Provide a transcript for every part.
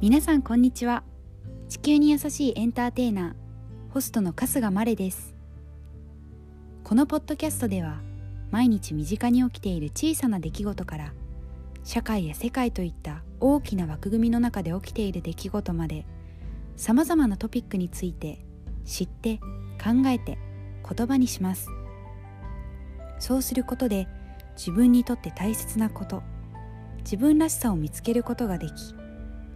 皆さんこんにちは地球に優しいエンターテイナーホストの春日まれですこのポッドキャストでは毎日身近に起きている小さな出来事から社会や世界といった大きな枠組みの中で起きている出来事までさまざまなトピックについて知って考えて言葉にしますそうすることで自分にとって大切なこと自分らしさを見つけることができ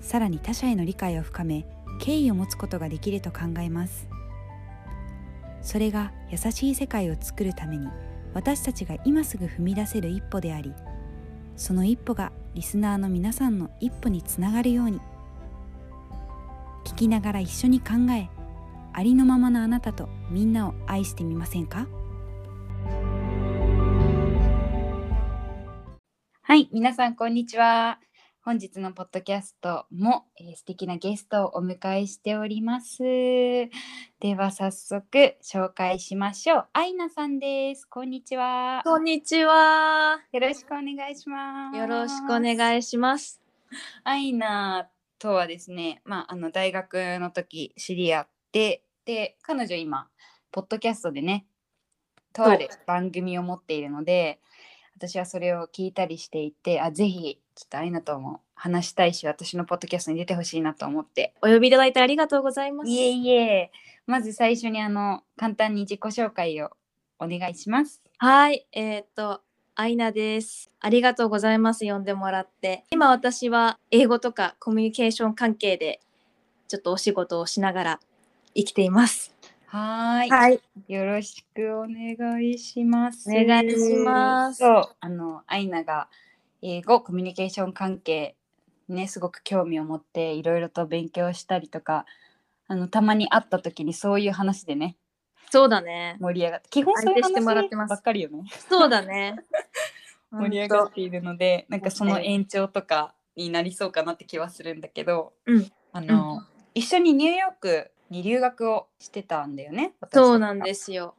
さらに他者への理解を深め敬意を持つことができると考えますそれが優しい世界を作るために私たちが今すぐ踏み出せる一歩でありその一歩がリスナーの皆さんの一歩につながるように聞きながら一緒に考えありのままのあなたとみんなを愛してみませんかはい皆さんこんにちは本日のポッドキャストも、えー素敵なゲストをお迎えしておりますでは早速紹介しましょうアイナさんですこんにちはこんにちは。よろしくお願いしますよろしくお願いします。アイナとはですね、まあ、あの大学の時知り合ってで彼女今ポッドキャストでねとある番組を持っているので私はそれを聞いたりしていてあぜひちょっとアイナとも話したいし私のポッドキャストに出てほしいなと思ってお呼びいただいてありがとうございます。いえいえまず最初にあの簡単に自己紹介をお願いします。はい、えーっと、アイナです。ありがとうございます。呼んでもらって。今私は英語とかコミュニケーション関係で、ちょっとお仕事をしながら生きています。はーいい。よろしくお願いします。お願いしますそう、あの、アイナが英語、コミュニケーション関係、ね、すごく興味を持って、いろいろと勉強したりとか、あの、たまに会った時にそういう話でね、そうだね。盛り上がって、基本そういう安定してもらってま話すばっかりよね、そう だね。盛り上がほんっているので、なんかその延長とかになりそうかなって気はするんだけど、うんあの、一緒にニューヨークに留学をしてたんだよね、とそうなんすですよ。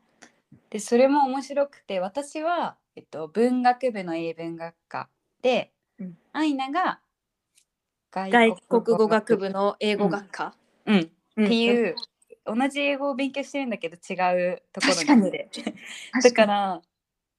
でそれも面白くて私は、えっと、文学部の英文学科で、うんアイナが外国語学部の英語学科。うんっってう。いう、同じ英語を勉強してるんだけど違うところ確かににでだから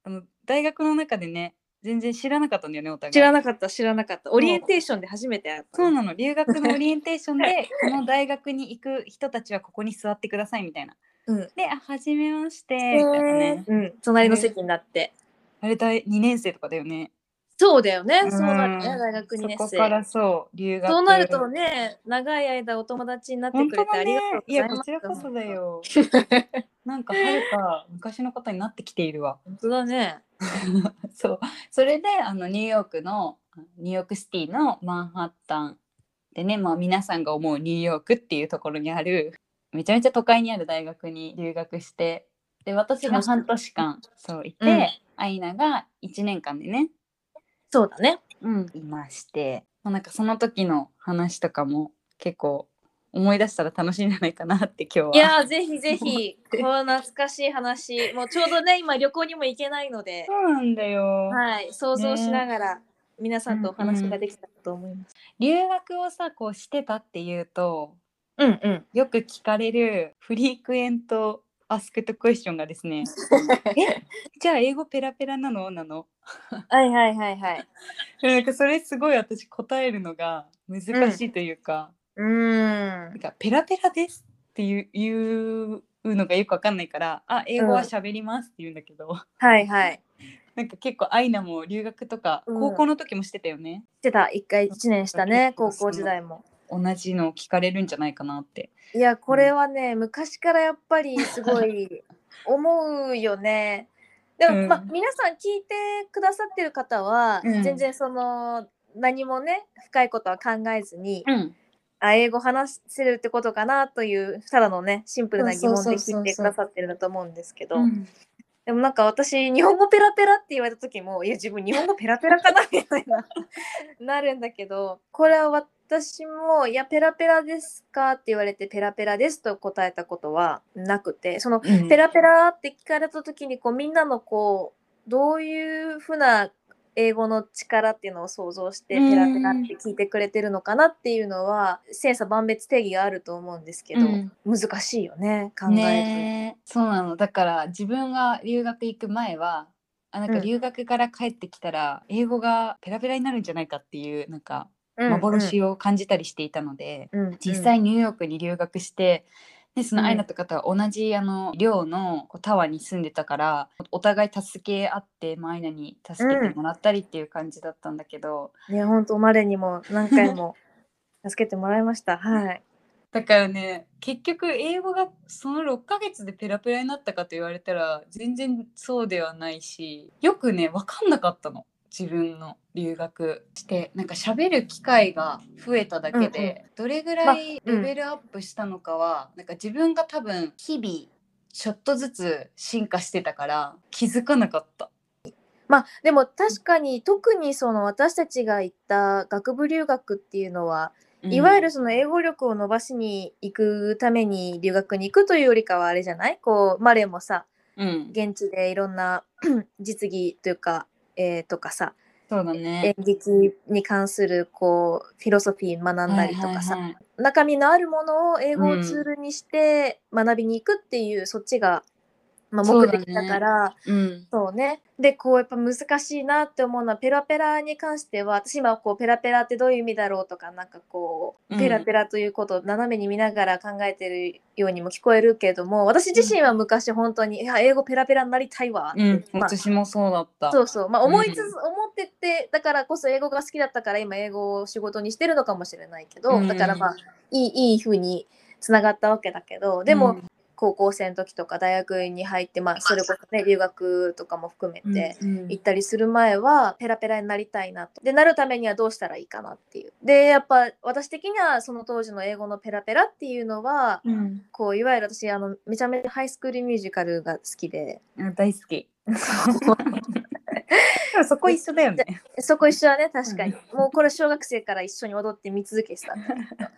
あの大学の中でね全然知らなかったんだよねお互い知らなかった、知らなかった。オリエンテーションで初めて会った。そうなの留学のオリエンテーション でこの大学に行く人たちはここに座ってくださいみたいな。うん。で「あはじめまして」みたいなねね。うん。隣の席になって。あれ大2年生とかだよね。そうだよね。うんそうなるね。大学2年そこ生。からそう留学そうなるとね、長い間お友達になって本くれ当てあだりねがとういござやいこます。ちらこそだ。よ なんかはるか昔のことになってきているわ 本当だね。そうそれであのニューヨークのニューヨークシティのマンハッタンでねまあ皆さんが思うニューヨークっていうところにあるめちゃめちゃ都会にある大学に留学してで私が半年間そういて、うんアイナが1年間でねそうだね。うん、いまして、まあ、なんかその時の話とかも結構思い出したら楽しいんじゃないかなって今日はいやー、ぜひぜひ、この懐かしい話、もうちょうどね、今旅行にも行けないので、そうなんだよ、はい、想像しながら、皆さんとお話ができたらと思います。留学をさこうしてたっていうとうんうん。よく聞かれるフリークエントアスクトクエスチョンがです ねえじゃあ英語ペラペラなのなのはいはいはいはい。なんかそれすごい私答えるのが難しいというか、うーなんん。かペラペラですっていういうのがよくわかんないからあ英語は喋りますって言うんだけど、はいはい。なんか結構アイナも留学とかうん高校の時もしてたよね、してた、一回一年したね、高校時代も。同じのを聞かれるんじゃないかなっていやこれはね、昔からやっぱりすごい思う よね。でも、うんまあ皆さん聞いてくださってる方は、うん全然その何もね深いことは考えずに、うんあ英語話せるってことかなというただのねシンプルな疑問そうそでうそうそう聞いてくださってるんだと思うんですけど、うんでもなんか私日本語ペラペラって言われた時もいや自分日本語ペラペラかなみたいな なるんだけどこれは私も「いやペラペラですか?」って言われて「ペラペラです」と答えたことはなくてその「ペラペラ」って聞かれた時にこうみんなのこうどういうふうな英語の力っていうのを想像してうんペラペラって聞いてくれてるのかなっていうのは千差万別定義があると思うんですけど、うん難しいよね考えると。ねえそうなのだから自分が留学行く前はあなんかうん留学から帰ってきたら英語がペラペラになるんじゃないかっていうなんかうん幻を感じたりしていたので、うんうん実際ニューヨークに留学してでそのアイナとかとは同じあの寮のこうタワーに住んでたからお互い助け合って、まあ、アイナに助けてもらったりっていう感じだったんだけど、ね本当までにも何回も助けてもらいましたはいだからね結局英語がその6ヶ月でペラペラになったかと言われたら全然そうではないしよくね分かんなかったの自分の留学してなんか喋る機会が増えただけで、どれぐらいまあうレんベルアップしたのかは、なんか自分が多分日々ちょっとずつ進化してたから気づかなかった。まあでも確かに特にその私たちが行った学部留学っていうのは、いわゆるその英語力を伸ばしに行くために留学に行くというよりかはあれじゃないこうマレーもさうん、うん、現地でいろんな 実技というか、えーとかさそうだね演。劇に関するこうフィロソフィー学んだりとかさ、はいはいはい中身のあるものを英語をツールにして学びに行くっていう、そっちが、まあ、そう目だね的だから。うんそうね。で、こうやっぱ難しいなって思うのは、ペラペラに関しては、私今こう、ペラペラってどういう意味だろうとか、なんかこうう、んペラペラということを斜めに見ながら考えてるようにも聞こえるけども、私自身は昔本当に、いや、英語ペラペラになりたいわって、うん、まあ、私もそうだった。そうそう、まあ思いつつ、うん思ってて、だからこそ英語が好きだったから、今英語を仕事にしてるのかもしれないけど、うんだからまあ、いい、いい風に繋がったわけだけど、でうも、ん高校生の時とか大学に入って、まあ、それこそね留学とかも含めてうんうん行ったりする前はペラペラになりたいなとでなるためにはどうしたらいいかなっていうでやっぱ私的にはその当時の英語のペラペラっていうのはうんこういわゆる私あのめちゃめちゃハイスクールミュージカルが好きでうん大好 き。でもそこ一緒だよね。そこ一緒はね確かにもうこれ小学生から一緒に踊って見続けてたんだけど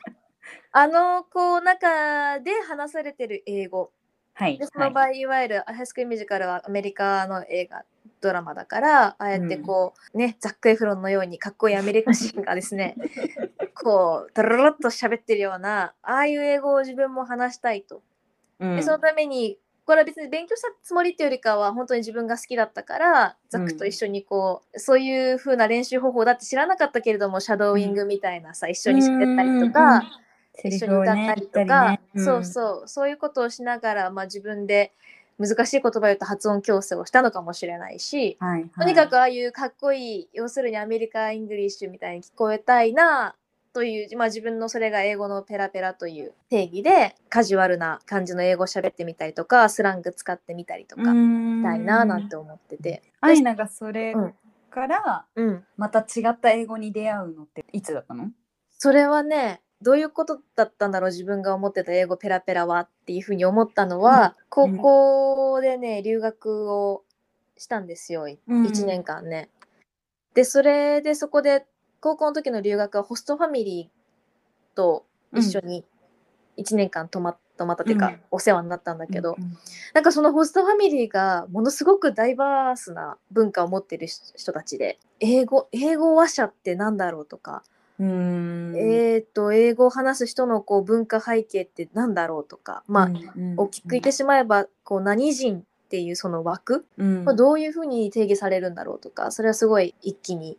あのこう中で話されてる英語はいで。その場合、い、わゆる「ハイスクールミュージカル」はアメリカの映画ドラマだからああやってこう、ねザック・エフロンのようにかっこいいアメリカ人がです ねこうドロロっと喋ってるようなああいう英語を自分も話したいと。うんでそのためにこれは別に勉強したつもりっていうよりかは本当に自分が好きだったからザックと一緒にこう、そういう風な練習方法だって知らなかったけれどもシャドーイングみたいなさ、一緒に喋ったりとか。うんうんセリ一緒フにを歌っねたりとか、言ったりねそうそうそういうことをしながら、まあ、自分で難しい言葉を言うと発音矯正をしたのかもしれないし、うんはいはい。とにかくああいうかっこいい要するにアメリカ・イングリッシュみたいに聞こえたいなという、まあ、自分のそれが英語のペラペラという定義でカジュアルな感じの英語を喋ってみたりとかスラング使ってみたりとかみしたいななんて思ってて。アイナがそれうんからうんまた違った英語に出会うのっていつだったの？それはねどういうことだったんだろう自分が思ってた英語ペラペラはっていうふうに思ったのは、うんうん高校でね留学をしたんですよ、いうん1年間ね。でそれでそこで高校の時の留学はホストファミリーと一緒に1年間泊まっ泊まったっていうか、うんお世話になったんだけど、うんなんかそのホストファミリーがものすごくダイバースな文化を持ってる人人たちで英語英語話者ってなんだろうとかうん。えー、と英語を話す人のこう文化背景って何だろうとか、まあ大きく言ってしまえばこう何人っていうその枠、まあどどういうふうに定義されるんだろうとかそれはすごい一気に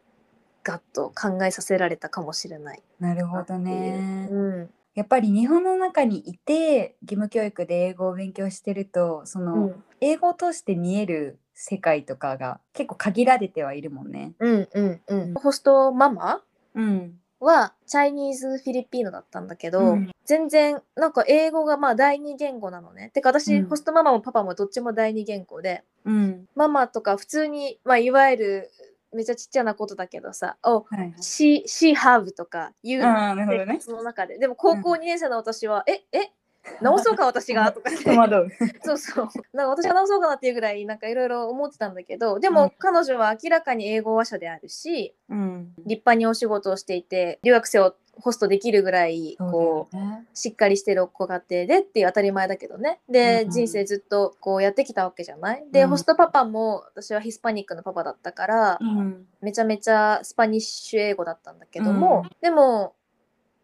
ガッと考えさせられたかもしれないなるほどっていうね。うんやっぱり日本の中にいて義務教育で英語を勉強してるとその、うん英語を通して見える世界とかが結構限られてはいるもんね。うんうんうんホストママうん。はチャイニーズフィリピーノだったんだけど、うん全然なんか英語がまあ第二言語なのね。てか私、うんホストママもパパもどっちも第二言語で、うん。ママとか普通に、まあ、いわゆるめちゃちっちゃなことだけどさ「お、はいはい。 she, she have」とか言うのああ、なるほどね。その中ででも高校2年生の私は「ええ直そうか私が」とかねう。そうそうなんか私が直そうかなっていうぐらいなんかいろいろ思ってたんだけどでも彼女は明らかに英語話者であるしうん。立派にお仕事をしていて留学生をホストできるぐらいこうそうだよねしっかりしてるご家庭でっていう当たり前だけどねで、うん人生ずっとこうやってきたわけじゃないで、うんホストパパも私はヒスパニックのパパだったから、うんめちゃめちゃスパニッシュ英語だったんだけども、でも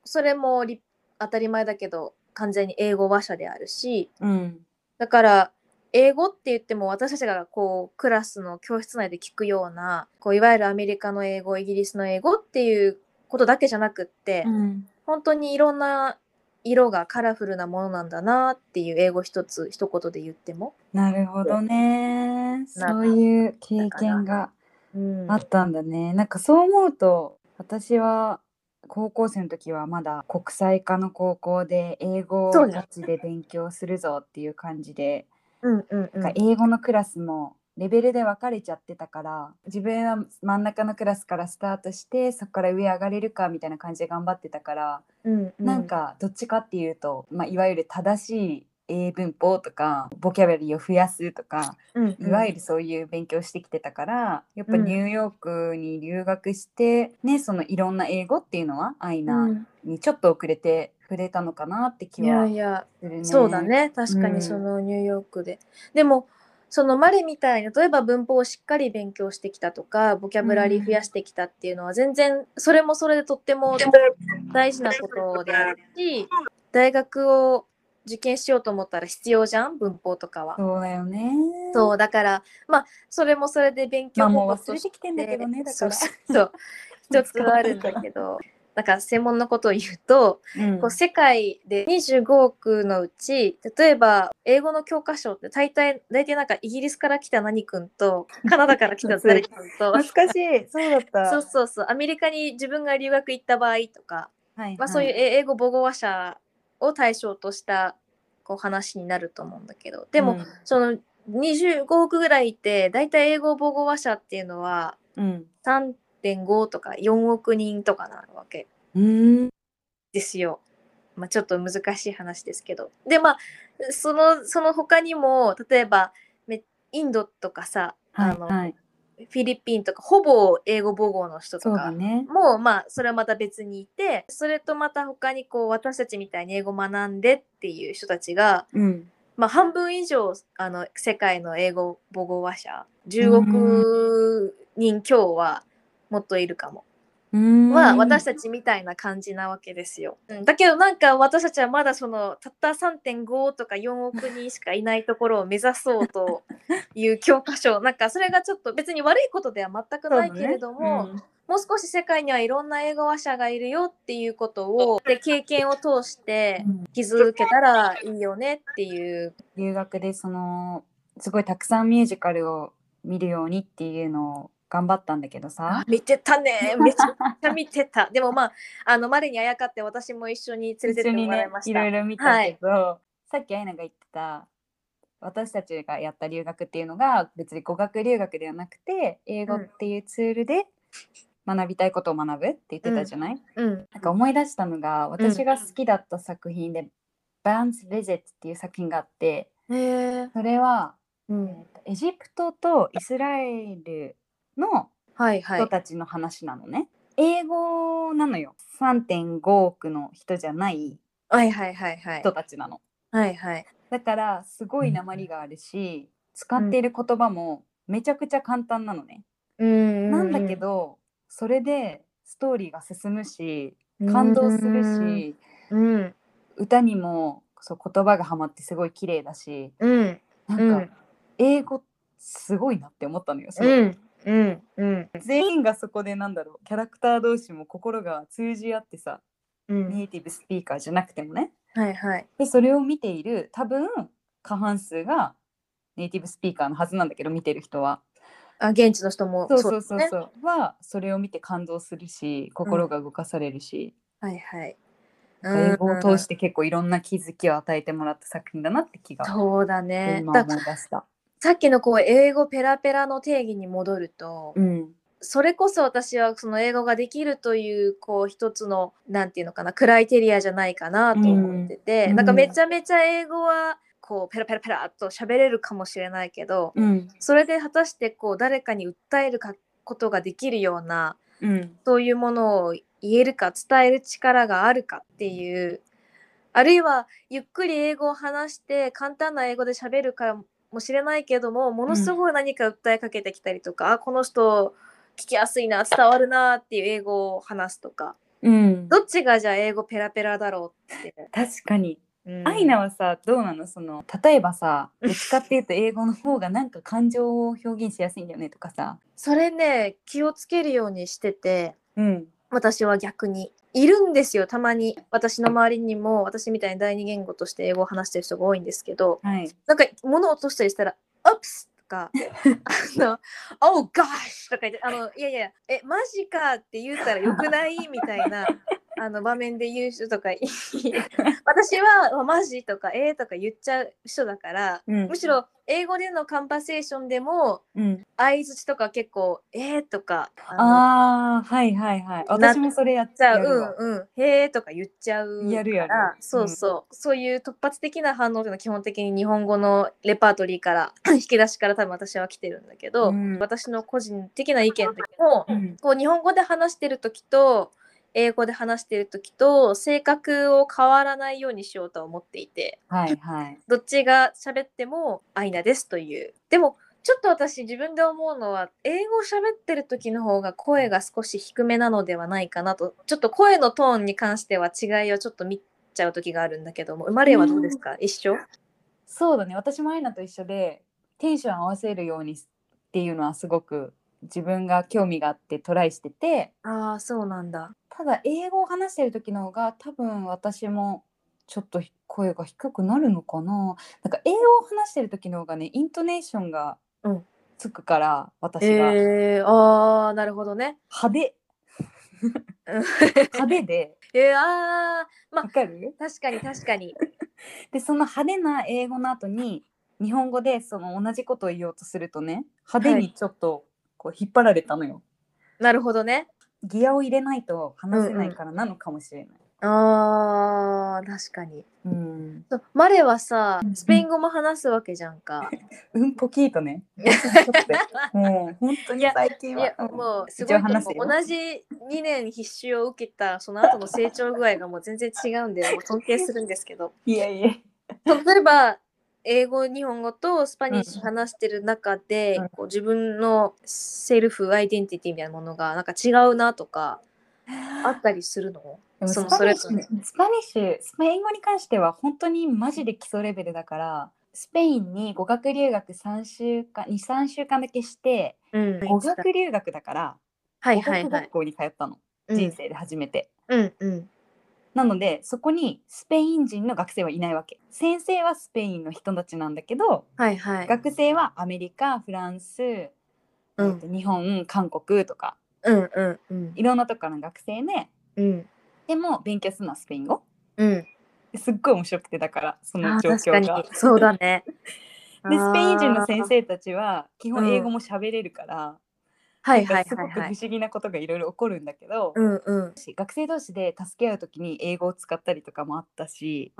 それも立当たり前だけど完全に英語話者であるしうんだから英語って言っても私たちがこうクラスの教室内で聞くようなこういわゆるアメリカの英語イギリスの英語っていうことだけじゃなくって、うん本当にいろんな色がカラフルなものなんだなっていう英語一つ一言で言っても、なるほどねなんかそういう経験がうんあったんだねなんかそう思うと私は高校生の時はまだ国際科の高校で英語をそうだガチで勉強するぞっていう感じでうんうんうんなんか英語のクラスもレベルで分かれちゃってたから自分は真ん中のクラスからスタートしてそこから上上がれるかみたいな感じで頑張ってたから、うんうんなんかどっちかっていうと、まあ、いわゆる正しい英文法とかボキャブラリーを増やすとかうんういんわゆるそういう勉強してきてたから、やっぱうんニューヨークに留学して、ね、そのいろんな英語っていうのはアイナにちょっと遅れて触れたのかなって気いやはいやするね。そうだね確かうんにそのニューヨークで、でもそのマレみたいに例えば文法をしっかり勉強してきたとかボキャブラリー増やしてきたっていうのは全然それもそれでとっても大事なことであるし大学を受験しようと思ったら必要じゃん文法とかは。そうだよね。そうだからまあそれもそれで勉ま強あもう忘法とれてきてんだけどねだから。 そうそうそう一つはあるんだけどなんか専門のことを言うと、うんこう世界で25億のうち例えば英語の教科書って大体大体なんかイギリスから来た何君とカナダから 来た誰君と懐かしい。そうだった。そうそうそうアメリカに自分が留学行った場合とか、はいはいまあ、そういうえ英語母語話者を対象としたこう話になると思うんだけどでも、その25億ぐらいいて大体英語母語話者っていうのはうん、 3.5とか4億人とかなわけうん、ですよ。まあ、ちょっと難しい話ですけど。でまあそのその他にも例えばめインドとかさ、はいあのはい。フィリピンとかほぼ英語母語の人そとうだか。ね。もうまあそれはまた別にいてそれとまた他にこう私たちみたいに英語学んでっていう人たちがうん。まあ、半分以上あの世界の英語母語話者10億人強はもっといるかも、うんは私たちみたいな感じなわけですよ、うんだけどなんか私たちはまだそのたった3.5とか4億人しかいないところを目指そうという教科書なんかそれがちょっと別に悪いことでは全くないけれども、もう少し世界にはいろんな英語話者がいるよっていうことをで経験を通してうん気づけたらいいよねっていう留学でそのすごいたくさんミュージカルを見るようにっていうのを頑張ったんだけどさ。見て たねめちゃくちゃ見てたでもまああのマレにあやかって私も一緒に連れてってもらいまし一緒にねいた、ろいろ見たけど、さっきアイナが言ってた私たちがやった留学っていうのが別に語学留学ではなくて英語っていうツールで学びたいことを学ぶって言ってたじゃない、うんなんか思い出したのが私が好きだった作品で「バーンス・レジェット」っていう作品があってへえそれはうんエジプトとイスラエルのはいは人いたちの話なのね。英語なのよ3.5億の人じゃないはいはいはいはい人たちなの。はいはいだからすごい鉛があるし使っている言葉もめちゃくちゃ簡単なのね。うんなんだけどそれでストーリーが進むし感動するしうん歌にもそう言葉がはまってすごい綺麗だしうんなうんんか英語すごいなって思ったのよ。そのうんうんうん全員がそこでなんだろうキャラクター同士も心が通じ合ってさうんネイティブスピーカーじゃなくてもねはいはいでそれを見ている多分過半数がネイティブスピーカーのはずなんだけど見てる人はあ現地の人もそうそうそうですねそうはそれを見て感動するし心が動かされるし、はいはい英語を通して結構いろんな気づきを与えてもらった作品だなって気がうんそうだね今だ思い出した。さっきのこう英語ペラペラの定義に戻ると、うんそれこそ私はその英語ができるというこう一つのなんていうのかなクライテリアじゃないかなと思ってて、うんなんかめちゃめちゃ英語はこうペラペラペラっと喋れるかもしれないけど、うんそれで果たしてこう誰かに訴えるかことができるようなうんそういうものを言えるか伝える力があるかっていうあるいはゆっくり英語を話して簡単な英語で喋るかもしれないけどもものすごい何か訴えかけてきたりとか、あこの人聞きやすいな伝わるなっていう英語を話すとかうんどっちがじゃあ英語ペラペラだろうって。確かにうんアイナはさどうなのその例えばさどっちかっていうと英語の方がなんか感情を表現しやすいんだよねとかさそれね気をつけるようにしててうん私は逆にいるんですよたまに私の周りにも私みたいに第二言語として英語を話してる人が多いんですけどはいなんか物を落としたりしたら「オプス!」と か「あの Oh gosh!」とか言って「あのいやいやえマジか!」って言ったらよくないみたい な。あの場面で言う人とかい私はあ「マジ?」とか「えー?」とか言っちゃう人だからうんむしろ英語でのカンパセーションでもうん相槌とか結構「えー?」とか「あのああはいはいはい私もそれやっじちゃあゃううわんうんへえとか言っちゃうやるやるからそうそう、そういう突発的な反応っていうのは基本的に日本語のレパートリーから引き出しから多分私は来てるんだけど、うん私の個人的な意見だけど、うんこう日本語で話してる時と英語で話してる時と性格を変わらないようにしようとは思っていてはいはいどっちが喋ってもアイナですというでもちょっと私自分で思うのは英語を喋ってる時の方が声が少し低めなのではないかなとちょっと声のトーンに関しては違いをちょっと見ちゃう時があるんだけども生まれはどうですか、一緒そうだね私もアイナと一緒でテンション合わせるようにっていうのはすごく自分が興味があってトライしててああそうなんだただ英語を話してる時の方が多分私もちょっと声が低くなるのかななんか英語を話してる時の方がねイントネーションがうんつくから、私が派えー、ああなるほどね手うん派手でえー、あーまわあかる確かに確かにでその派手な英語の後に日本語でその同じことを言おうとするとね派手にちょっとこう引っ張られたのよ、なるほどねギアを入れないと話せないからなのかもしれない。あー確かにうん、そうマレはさうんスペイン語も話すわけじゃんかうんポキーと ね。もう本当に最近いはや。んもうす一ご応いと思話すうよ同じ2年必修を受けたその後の成長具合がもう全然違う んでもう尊敬するんですけどいやいや。例えば英語日本語とスパニッシうュ話してる中で、うんこう自分のセルフアイデンティティみたいなものがなんか違うなとかあったりするのでもそスのパニッシそュれぞスパニッシュスペイン語に関しては本当にマジで基礎レベルだからスペインに語学留学3週間23週間だけしてうん語学留学だからはい語はい学はい学。校に通ったの、うん人生で初めて。うんうん。なのでそこにスペイン人の学生はいないわけ先生はスペインの人たちなんだけどはいはい。学生はアメリカフランス、うえっんと日本韓国とかうんうんうんいろんなところの学生ねうんでも勉強するのはスペイン語うん。すっごい面白くてだからそあのー状確か況にが。そうだね。 でスペイン人のあー先生たちは基う本ん英語も喋れるから、はいはいすごはいく不はい。思議なことがいろいろ起こるんだけど、うんうん。学生同士で助け合う時に英語を使ったりとかもあったし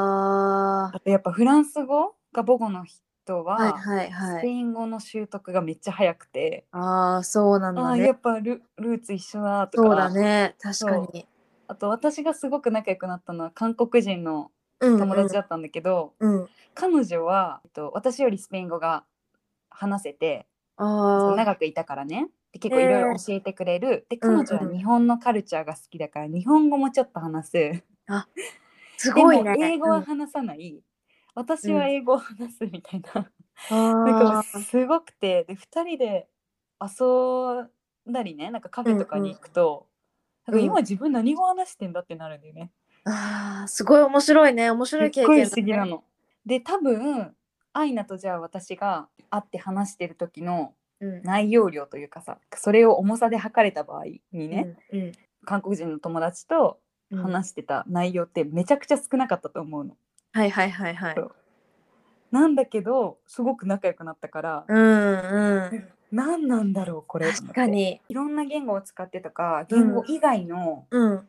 ああとやっぱフランス語が母語の人あ、は、はいはいはスペい。イン語の習得がめっちゃ早くて、ああ、そうなんあだあやね。っぱルルーツ一緒だとかそうだね。確かに。あと私がすごく仲良くなったのは韓国人のうん友達だったんだけど、うん。うん彼女は、えっと、私よりスペイン語が話せてそあうあ、長くいたからねで結構いろいろ教えてくれる、で彼女うんうはん日本のカルチャーが好きだから日本語もちょっと話すですごもいね。英語うはん話さない、私は英語を話すみたいな、 なあんかすごくてで2人で遊んだりねなんかカフェとかに行くと、うんうなんんか今自分何語話してんだってなるんだよね、ーあー、すごい面白いね。面白いすっ経ごい験不思議なの。で多分アイナとじゃあ私が会って話してる時のうん。内容量というかさそれを重さで測れた場合にね、うん。韓国人の友達とうん。話してた内容ってめちゃくちゃ少なかったと思うの。はいはいはいはい。そうなんだけどすごく仲良くなったから、うんうん。何なんだろうこれ確かと思ってに。いろんな言語を使ってとか言語以外のうん。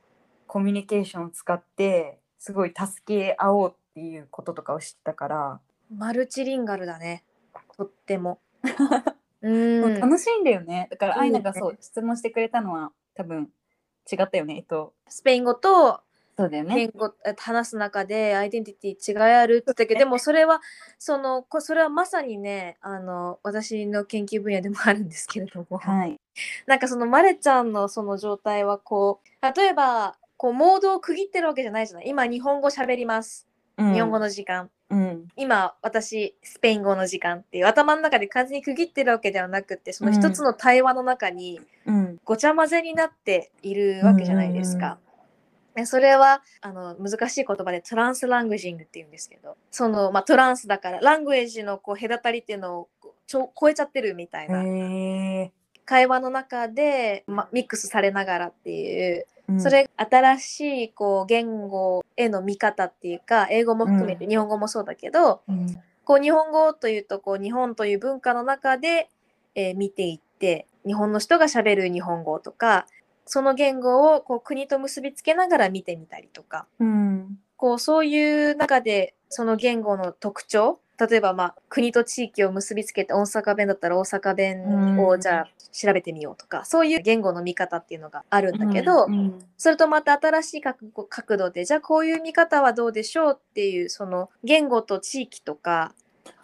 コミュニケーションを使ってすごい助け合おうっていうこととかを知ったから、マルチリンガルだね。とっても。 もう。うん楽しいんだよねだからそうアイだねナがそう質問してくれたのは多分違ったよねえっとスペイン語とそうだよ言語、え話す中でアイデンティティ違いあるって言ったけどでもそれはそのこそれはまさにねあの私の研究分野でもあるんですけれども、はいなんかそのマレちゃんのその状態はこう例えばこうモードを区切ってるわけじゃないじゃない今日本語喋ります日本語のの時間、うん今私スペイン語の時間っていう頭の中で完全に区切ってるわけではなくてその一つの対話の中にうんごちゃ混ぜになっているわけじゃないですか。でそれはあの難しい言葉でトランスラングジングっていうんですけどその、まあ、トランスだからラングエージのこう隔たりっていうのをこうちょ超えちゃってるみたいなへ会話の中で、まあ、ミックスされながらっていえうそれ新しいこう言語への見方っていうか英語も含めて日本語もそうだけど、うんこう日本語というとこう日本という文化の中で、えー見ていって日本の人が喋る日本語とかその言語をこう国と結びつけながら見てみたりとかうんこうそういう中でその言語の特徴例えばまあ国と地域を結びつけて大阪弁だったら大阪弁うをんじゃあ調べてみようとか、そういう言語の見方っていうのがあるんだけど、うんそれとまた新しい角度角度でじゃあこういう見方はどうでしょうっていうその言語と地域とか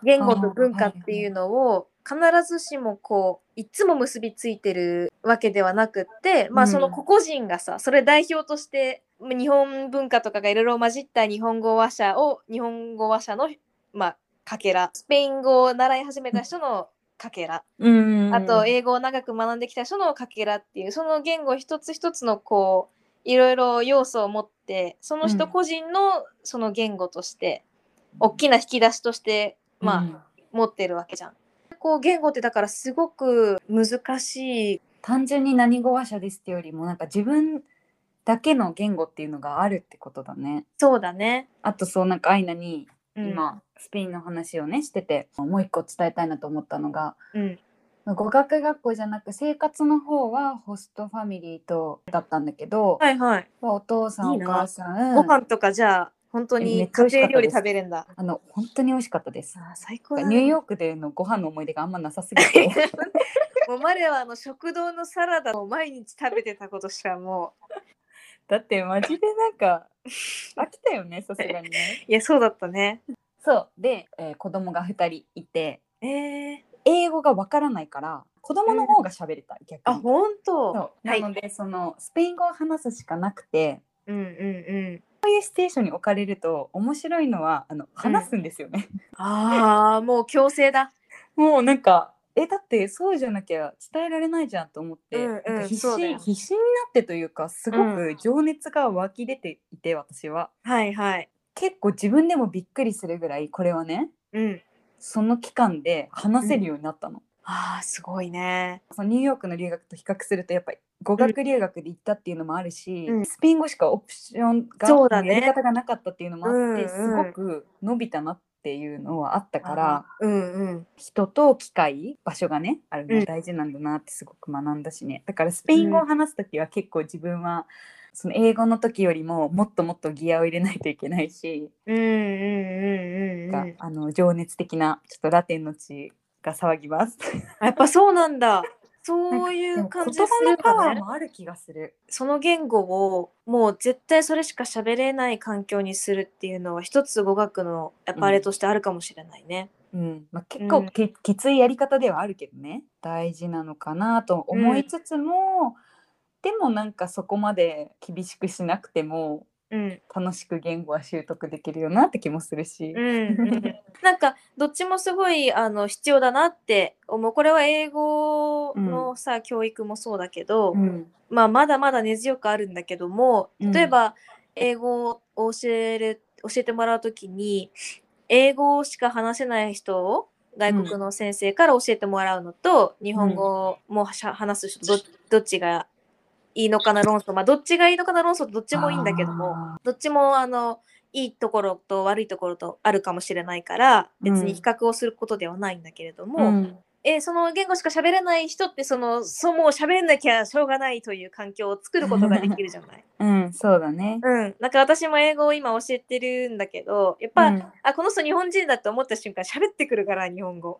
言語と文化っていうのを必ずしもこういつも結びついてるわけではなくってまうあんその個々人がさそれ代表としてまあ日本文化とかがいろいろ混じった日本語話者を日本語話者のまあかけらスペイン語を習い始めた人のかけらうんあと英語を長く学んできた人のかけらっていうその言語一つ一つのこういろいろ要素を持ってその人うん個人のその言語として、大きな引き出しとしてまあ、うん持ってるわけじゃん。こう言語ってだからすごく難しい。単純に何語話者ですってよりもなんか自分だけの言語っていうのがあるってことだねそうだね。あとそうなんかアイナにうん、今、スペインの話をねしててもう一個伝えたいなと思ったのがうん語学学校じゃなく生活の方はホストファミリーとだったんだけど、はいはい。お父さんいいおな母さんご飯とかじゃあ本当えめっにちゃ美家味しか庭った料で理す食べれんだ。あの本当に美味しかったですあー最高だ、ね。ニューヨークでのご飯の思い出があんまなさすぎて もうマレはあの食堂のサラダを毎日食べてたことしかもだってマジでなんか飽きたよねさすがにねういやそうだったね。そうで、えー子供が2人いてえー、英語がわからないから子供の方が喋れた、逆にあ、本当。そうは。ないので、そのスペイン語を話すしかなくてうんうんうん。こういうステーションに置かれると面白いのはあの話すんですよ ね、ああ、もう強制だ。もうなんかえだってそうじゃなきゃ伝えられないじゃんと思って、うんうんなんか必そうだ死よ必死になってというかすごく情熱が湧き出ていて私ははいはい。結構自分でもびっくりするぐらいこれはねうん。その期間で話せるようになったの。ああ、すごいね。そのニューヨークの留学と比較するとやっぱり語学留学で行ったっていうのもあるし、うんスペイン語しかオプションがそうだねやり方がなかったっていうのもあって、うんうんすごく伸びたなっていうのはあったから、うんうん。人と機会場所がねあるのうんが大事なんだなってすごく学んだしね、だからスペイン語を話す時は結構自分はその英語の時よりももっともっとギアを入れないといけないし、うんうんうんうんうなんんか。あの情熱的なちょっとラテンの血が騒ぎます。あやっぱそうなんだ。そういでうも言感じ葉するのパかワねー。もある気がする。その言語をもう絶対それしか喋れない環境にするっていうのは一つ語学のやっぱあれとしてあるかもしれないね。うんまあ、結う構んき,、ついやり方ではあるけどね大事なのかなと思いつつも、でもなんかそこまで厳しくしなくてもうん。楽しく言語は習得できるよなって気もするしう、んうん、 なんかどっちもすごいあの必要だなって思うこれは英語のさ、教育もそうだけど、うんまあ、まだまだ根強くあるんだけどもうん例えば英語を教える教えてもらう時に英語しか話せない人を外国の先生から教えてもらうのと、日本語もしゃ話す人どどっちがいいのかな論争まあどっちがいいのかな論争ってどっちもいいんだけどもどっちもあのいいところと悪いところとあるかもしれないから別に比較をすることではないんだけれども、うんえーその言語しか喋れない人ってそのそうもう喋れなきゃしょうがないという環境を作ることができるじゃない。うんそうだね。うん、なんか私も英語を今教えてるんだけどやっぱ、うんあこの人日本人だって思った瞬間喋ってくるから日本語。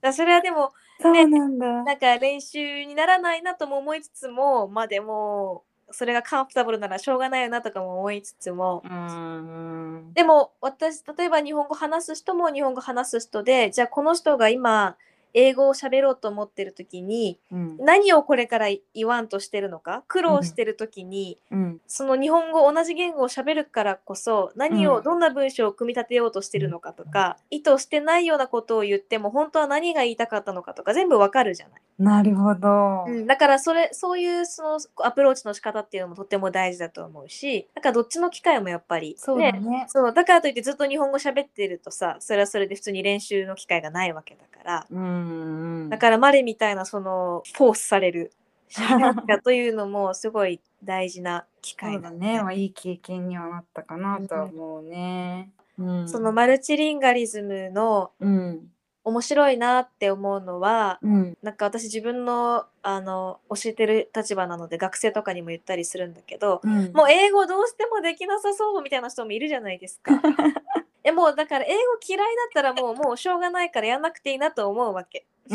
らそれはでもそうなんだ。なんか練習にならないなとも思いつつもまあでもそれがカンフタブルならしょうがないよなとかも思いつつもうん。でも私例えば日本語話す人も日本語話す人でじゃあこの人が今英語を喋ろうと思ってる時にうん。何をこれから言わんとしてるのか苦労してる時に、うん。その日本語同じ言語を喋るからこそ何うをんどんな文章を組み立てようとしてるのかとか、意図してないようなことを言っても本当は何が言いたかったのかとか全部わかるじゃない。なるほど。うん、だからそれそういうそのアプローチの仕方っていうのもとっても大事だと思うしだからどっちの機会もやっぱりそうだね。そうだからといってずっと日本語喋ってるとさそれはそれで普通に練習の機会がないわけだから、うんうん。だからマレみたいなそのフォースさ れるだというのもすごい大事な機そ会うだだね、まあ、いい経験にはなったかなとは思うね。うん、そのマルチリンガリズムのうん、面白いなって思うのはうん、なんか私自分のあの教えてる立場なので学生とかにも言ったりするんだけど、うん、もう英語どうしてもできなさそうみたいな人もいるじゃないです か。えもうだから英語嫌いだったらもうもうしょうがないからやんなくていいなと思うわけ。う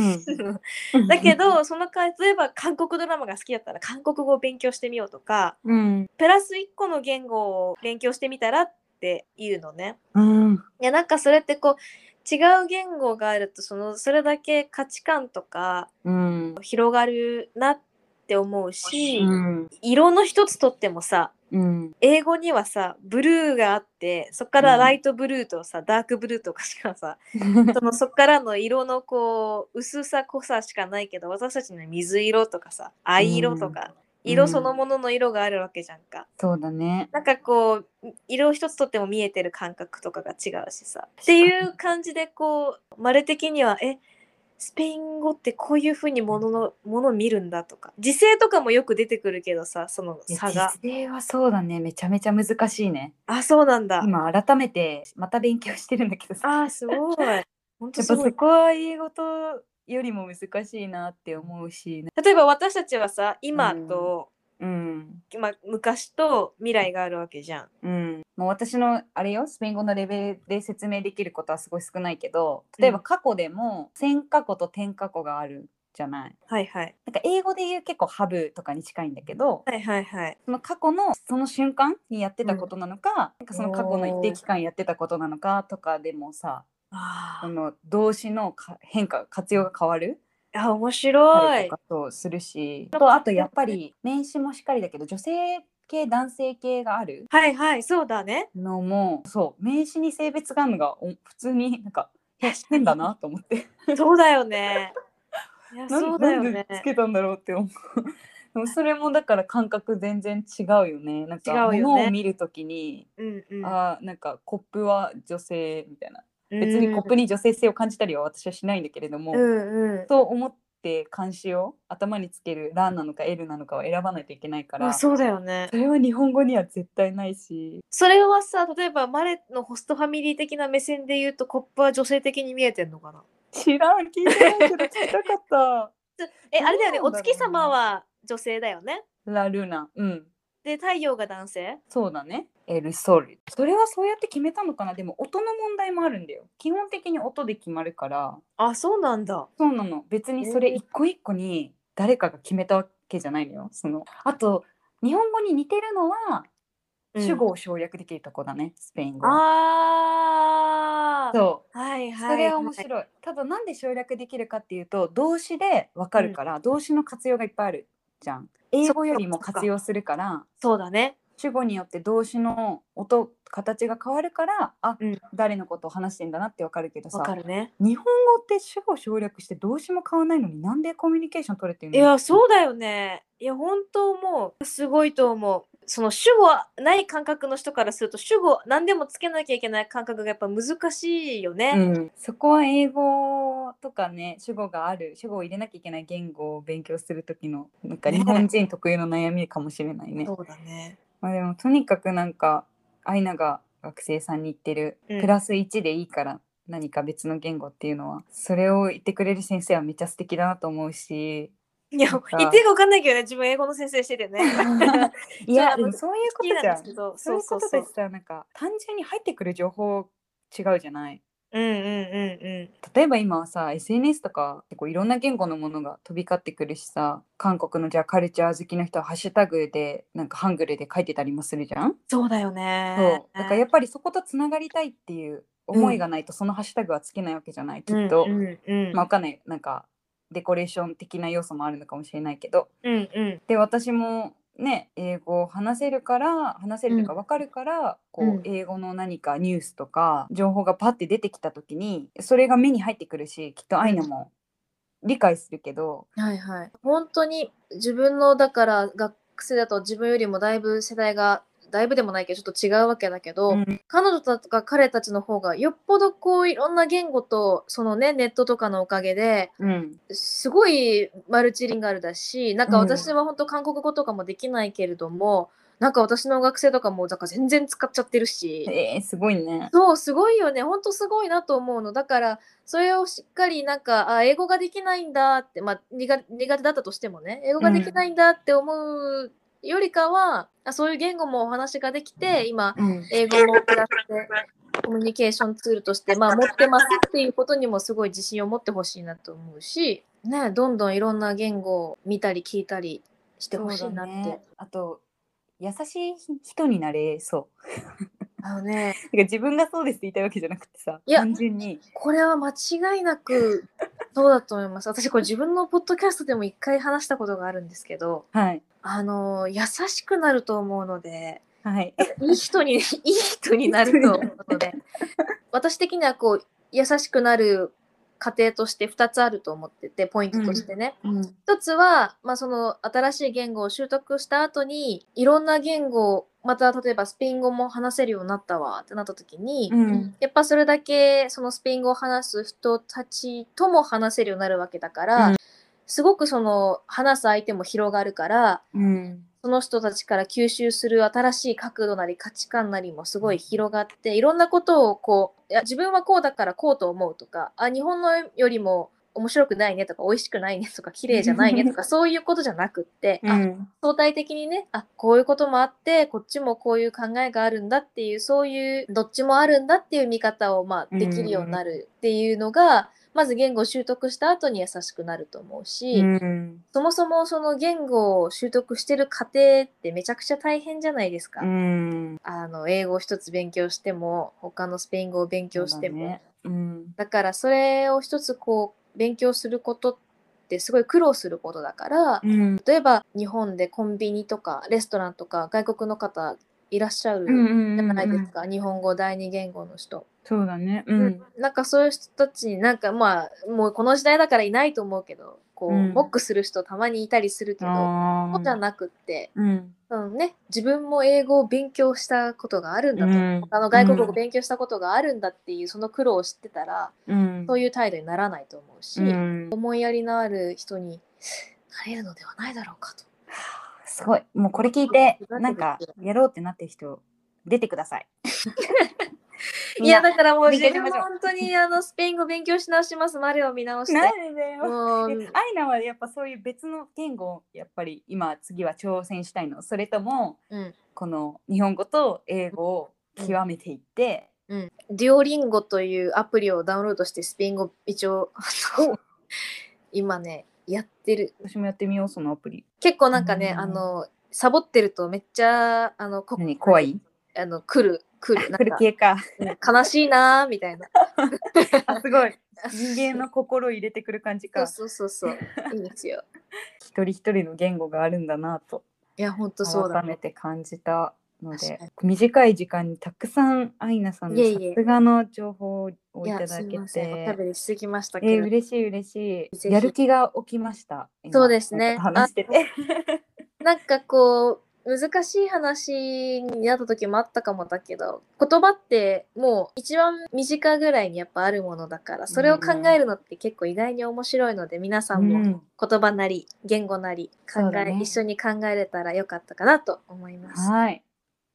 ん、 だけどその代わり例えば韓国ドラマが好きだったら韓国語を勉強してみようとかうん、プラス1個の言語を勉強してみたらっていうのね。うん、いやなんかそれってこう違う言語があるとそのそれだけ価値観とかうん、広がるなって思うし、うん、色の一つとってもさ うん、英語にはさブルーがあってそこからライトブルーとさ、ダークブルーとかしかさ そのそこからの色のこう薄さ濃さしかないけど私たちには水色とかさ藍色とか、うん色そのものの色があるわけじゃんか。そうだね。なんかこう色一つとっても見えてる感覚とかが違うしさっていう感じでこうまる的にはえスペイン語ってこういうふうにもののものを見るんだとか時勢とかもよく出てくるけどさそのいや差が実例はそうだね、めちゃめちゃ難しいね。あそうなんだ今改めてまた勉強してるんだけどさ、やっあーすごい。本当ぱすそごい。こは英語とよりも難しいなって思うし、例えば私たちはさ今と、うん、まあ、昔と未来があるわけじゃん。うん、もう私のあれよスペイン語のレベルで説明できることはすごい少ないけど例えばうん過去でも先過去と転過去があるじゃない。はいはい。なんか英語で言う結構ハブとかに近いんだけどはいはいはい。その過去のその瞬間にやってたことなのか,、なんかその過去の一定期間やってたことなのかとかでもさあその動詞のか変化活用が変わるーあ面た白りと。いかそうするしとあとやっぱり年始もしっかりだけど女性系男性系があるはいはいそうだね。のもそう名詞に性別があるのがお普通になんかいや変だなと思ってそうだよ ね。いやなんそうだよなねん。でつけたんだろうって思うでもそれもだから感覚全然違うよねなんか違うよね物を見るときに、うんうん。あーなんかコップは女性みたいな別にコップに女性性を感じたりは私はしないんだけれども、うんうんうん。そう思って漢詞を頭につける「ラ」なのか「L」なのかを選ばないといけないからあそうだよねそ。れは日本語には絶対ないしそれはさ例えばマレのホストファミリー的な目線で言うとコップは女性的に見えてんのかな知らん聞いてないけど聞きたかった。えあれだよねどうなんだろおうね月様は女性だよね。ラルナ、うん、で太陽が男性そうだね。エルソル。それはそうやって決めたのかなでも音の問題もあるんだよ。基本的に音で決まるから。あそうなんだ。そうなの。別にそれ一個一個に誰かが決めたわけじゃないのよ。そのあと日本語に似てるのはうん主語を省略できるとこだね、スペイン語は。ああ。そう。はいはい、それは面白い、ただなんで省略できるかっていうと動詞でわかるから、動詞の活用がいっぱいあるじゃん英語よりも活用するからそうだね。主語によって動詞の音形が変わるからあ、うん誰のことを話してんだなってわかるけどわかさるね。日本語って主語省略して動詞も変わらないのになんでコミュニケーション取れてるいのや、そうだよね。いや、本当もう、すごいと思う。その主語はない感覚の人からすると、主語何でもつけなきゃいけない感覚がやっぱ難しいよね。うん、そこは英語とかね主語がある主語を入れなきゃいけない言語を勉強する時のなんかね日本人特有の悩みかもしれないね。うだね。まあでもとにかくなんかアイナが学生さんに言ってる、うんプラス1でいいから何か別の言語っていうのはそれを言ってくれる先生はめっちゃ素敵だなと思う しいや、なんか言っていいか分かんないけどね、自分英語の先生してて ね。いじゃやあでもそういう好こときなじんでゃんすけど、そういうことでそうさなんか単純に入ってくる情報違うじゃないうんうんうんうん。例えば今はさ SNS とか結構いろんな言語のものが飛び交ってくるしさ韓国のじゃあカルチャー好きな人はハッシュタグでなんかハングルで書いてたりもするじゃん、そうだよね。そうだからやっぱりそことつながりたいっていう思いがないとそのハッシュタグはつけないわけじゃない、きっと、うんうんうんまあわかんないなんかデコレーション的な要素もあるのかもしれないけどうんうんで私もね英語を話せるから話せるというかう分かるから、こううん英語の何かニュースとか情報がパッて出てきた時にそれが目に入ってくるしきっとアイナも理解するけど、はいはい。本当に自分のだから学生だと自分よりもだいぶ世代がだいぶでもないけどちょっと違うわけだけど、うん彼女とか彼たちの方がよっぽどこういろんな言語とそのねネットとかのおかげでうんすごいマルチリンガルだしなんかうん私は本当韓国語とかもできないけれども、なんか私の学生とかもなんか全然使っちゃってるし。えー、すごいね。そうすごいよねほんとすごいなと思うのだからそれをしっかりなんかあ英語ができないんだって、まあ、苦苦手だったとしてもね英語ができないんだって思うよりかは、あそういう言語もお話ができて今うん英語もプラスでコミュニケーションツールとして、まあ、持ってますっていうことにもすごい自信を持ってほしいなと思うし、ね、どんどんいろんな言語を見たり聞いたりしてほしいなって。そうだね、あと優しい人になれそう。あのねてか自分がそうですって言いたいわけじゃなくてさいや単純にこれは間違いなく そうだと思います。私これ自分のポッドキャストでも一回話したことがあるんですけど、はいあの優しくなると思うので、はい。いい人 にいい人になると思うので、私的にはこう優しくなる過程として2つあると思っててポイントとしてね。うん一つは、まあ、その新しい言語を習得した後にいろんな言語をまた例えばスペイン語も話せるようになったわってなった時に、うんやっぱそれだけそのスペイン語を話す人たちとも話せるようになるわけだから、うんすごくその話す相手も広がるからうんその人たちから吸収する新しい角度なり価値観なりもすごい広がっていろんなことをこういや自分はこうだからこうと思うとかあ日本のよりも面白くないねとか美味しくないねとか綺麗じゃない ねとかそういうことじゃなくって、あうん相対的にねあこういうこともあってこっちもこういう考えがあるんだっていうそういうどっちもあるんだっていう見方を、まあ、できるようになるっていうのが、まず言語を習得した後に優しくなると思うし、うんそもそもその言語を習得してる過程ってめちゃくちゃ大変じゃないですか。うんあの英語を一つ勉強しても他のスペイン語を勉強しても。だそうだねからそれを一つこう勉強することってすごい苦労することだから、うんうん例えば日本でコンビニとかレストランとか外国の方いらっしゃるうんうんうんうんじゃないですか、日本語第二言語の人、そうだねうんなんかそういう人たちになんかまあもうこの時代だからいないと思うけどこう、うんモックする人たまにいたりするけどあそうじゃなくって、うんうんね、自分も英語を勉強したことがあるんだと、うん他の外国語を勉強したことがあるんだっていうその苦労を知ってたら、うんそういう態度にならないと思うし、うん思いやりのある人になれるのではないだろうかと。すごいもうこれ聞いてなんかやろうってなってる人出てくだ さいいやだからもう勉自強し分まもしょう本当にあのスペイン語勉強し直しますマレを見直してなんでだよもえうアイナはやっぱそういう別の言語をやっぱり今次は挑戦したいのそれともうんこの日本語と英語を極めていってデュオリンゴというアプリをダウンロードしてスペイン語一応あの 今ねやってる私もやってみようそのアプリ結構なんかねうんあのサボってるとめっちゃあのこ何怖いあの来る来るな 来る系かんか悲しいなーみたいな あすごい 人間の心を入れてくる感じかそうそ うそうそういいんですよ一人一人の言語があるんだなといやほんとそうだ改ねめて感じたの確でかに短い時間にたくさんアイナさんのいえさいえすがの情報をいいやたすだいけませんお食て。べりしすぎましたえけど、ー、嬉しい嬉しぜいひやる気が起きました今そうですねなんか話しててなんかこう難しい話になった時もあったかもだけど言葉ってもう一番身近ぐらいにやっぱあるものだからそれを考えるのって結構意外に面白いので皆さんうもん言葉なり言語なり考そうだえ、ね一緒に考えれたらよかったかなと思います。はい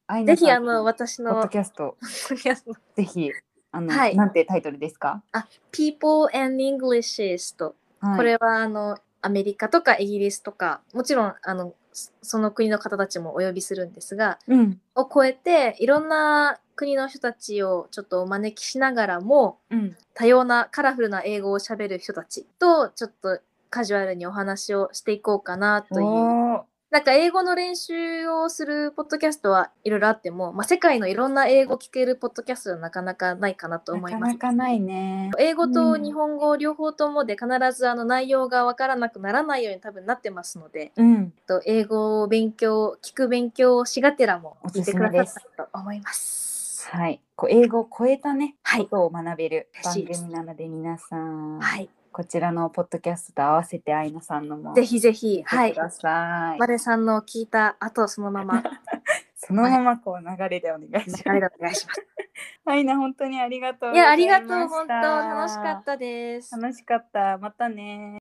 アイぜナひさあんのの私ポッドのキャストぜひあの、はいなんてタイトルですか、 People and Englishes とはいこれはあのアメリカとかイギリスとかもちろんあのそその国の方たちもお呼びするんですがうんを超えていろんな国の人たちをちょっとお招きしながらもうん、多様なカラフルな英語を喋る人たちとちょっとカジュアルにお話をしていこうかなというおなんか英語の練習をするポッドキャストはいろいろあっても、まあ、世界のいろんな英語を聞けるポッドキャストはなかなかないかなとー思ないかますなかないね。英語とうん日本語両方ともで必ずあの内容がわからなくならないように多分なってますので、うん、えっと英語を勉強聞く勉強をしがてらも聞いてくださおっすすたらと思います。はい、こう英語を超えたね、はいことを学べる番嬉しいです組なので皆さん、はい、こちらのポッドキャストと合わせてアイナさんのもぜひぜひ、は聞いていく、ださい。バレさんの聞いた後そのままそのままこう流れでお願いします流。れでお願いします。アイナ本当にありがとうごいざいましやた。ありがとう本当楽しかったです。楽しかった。またね。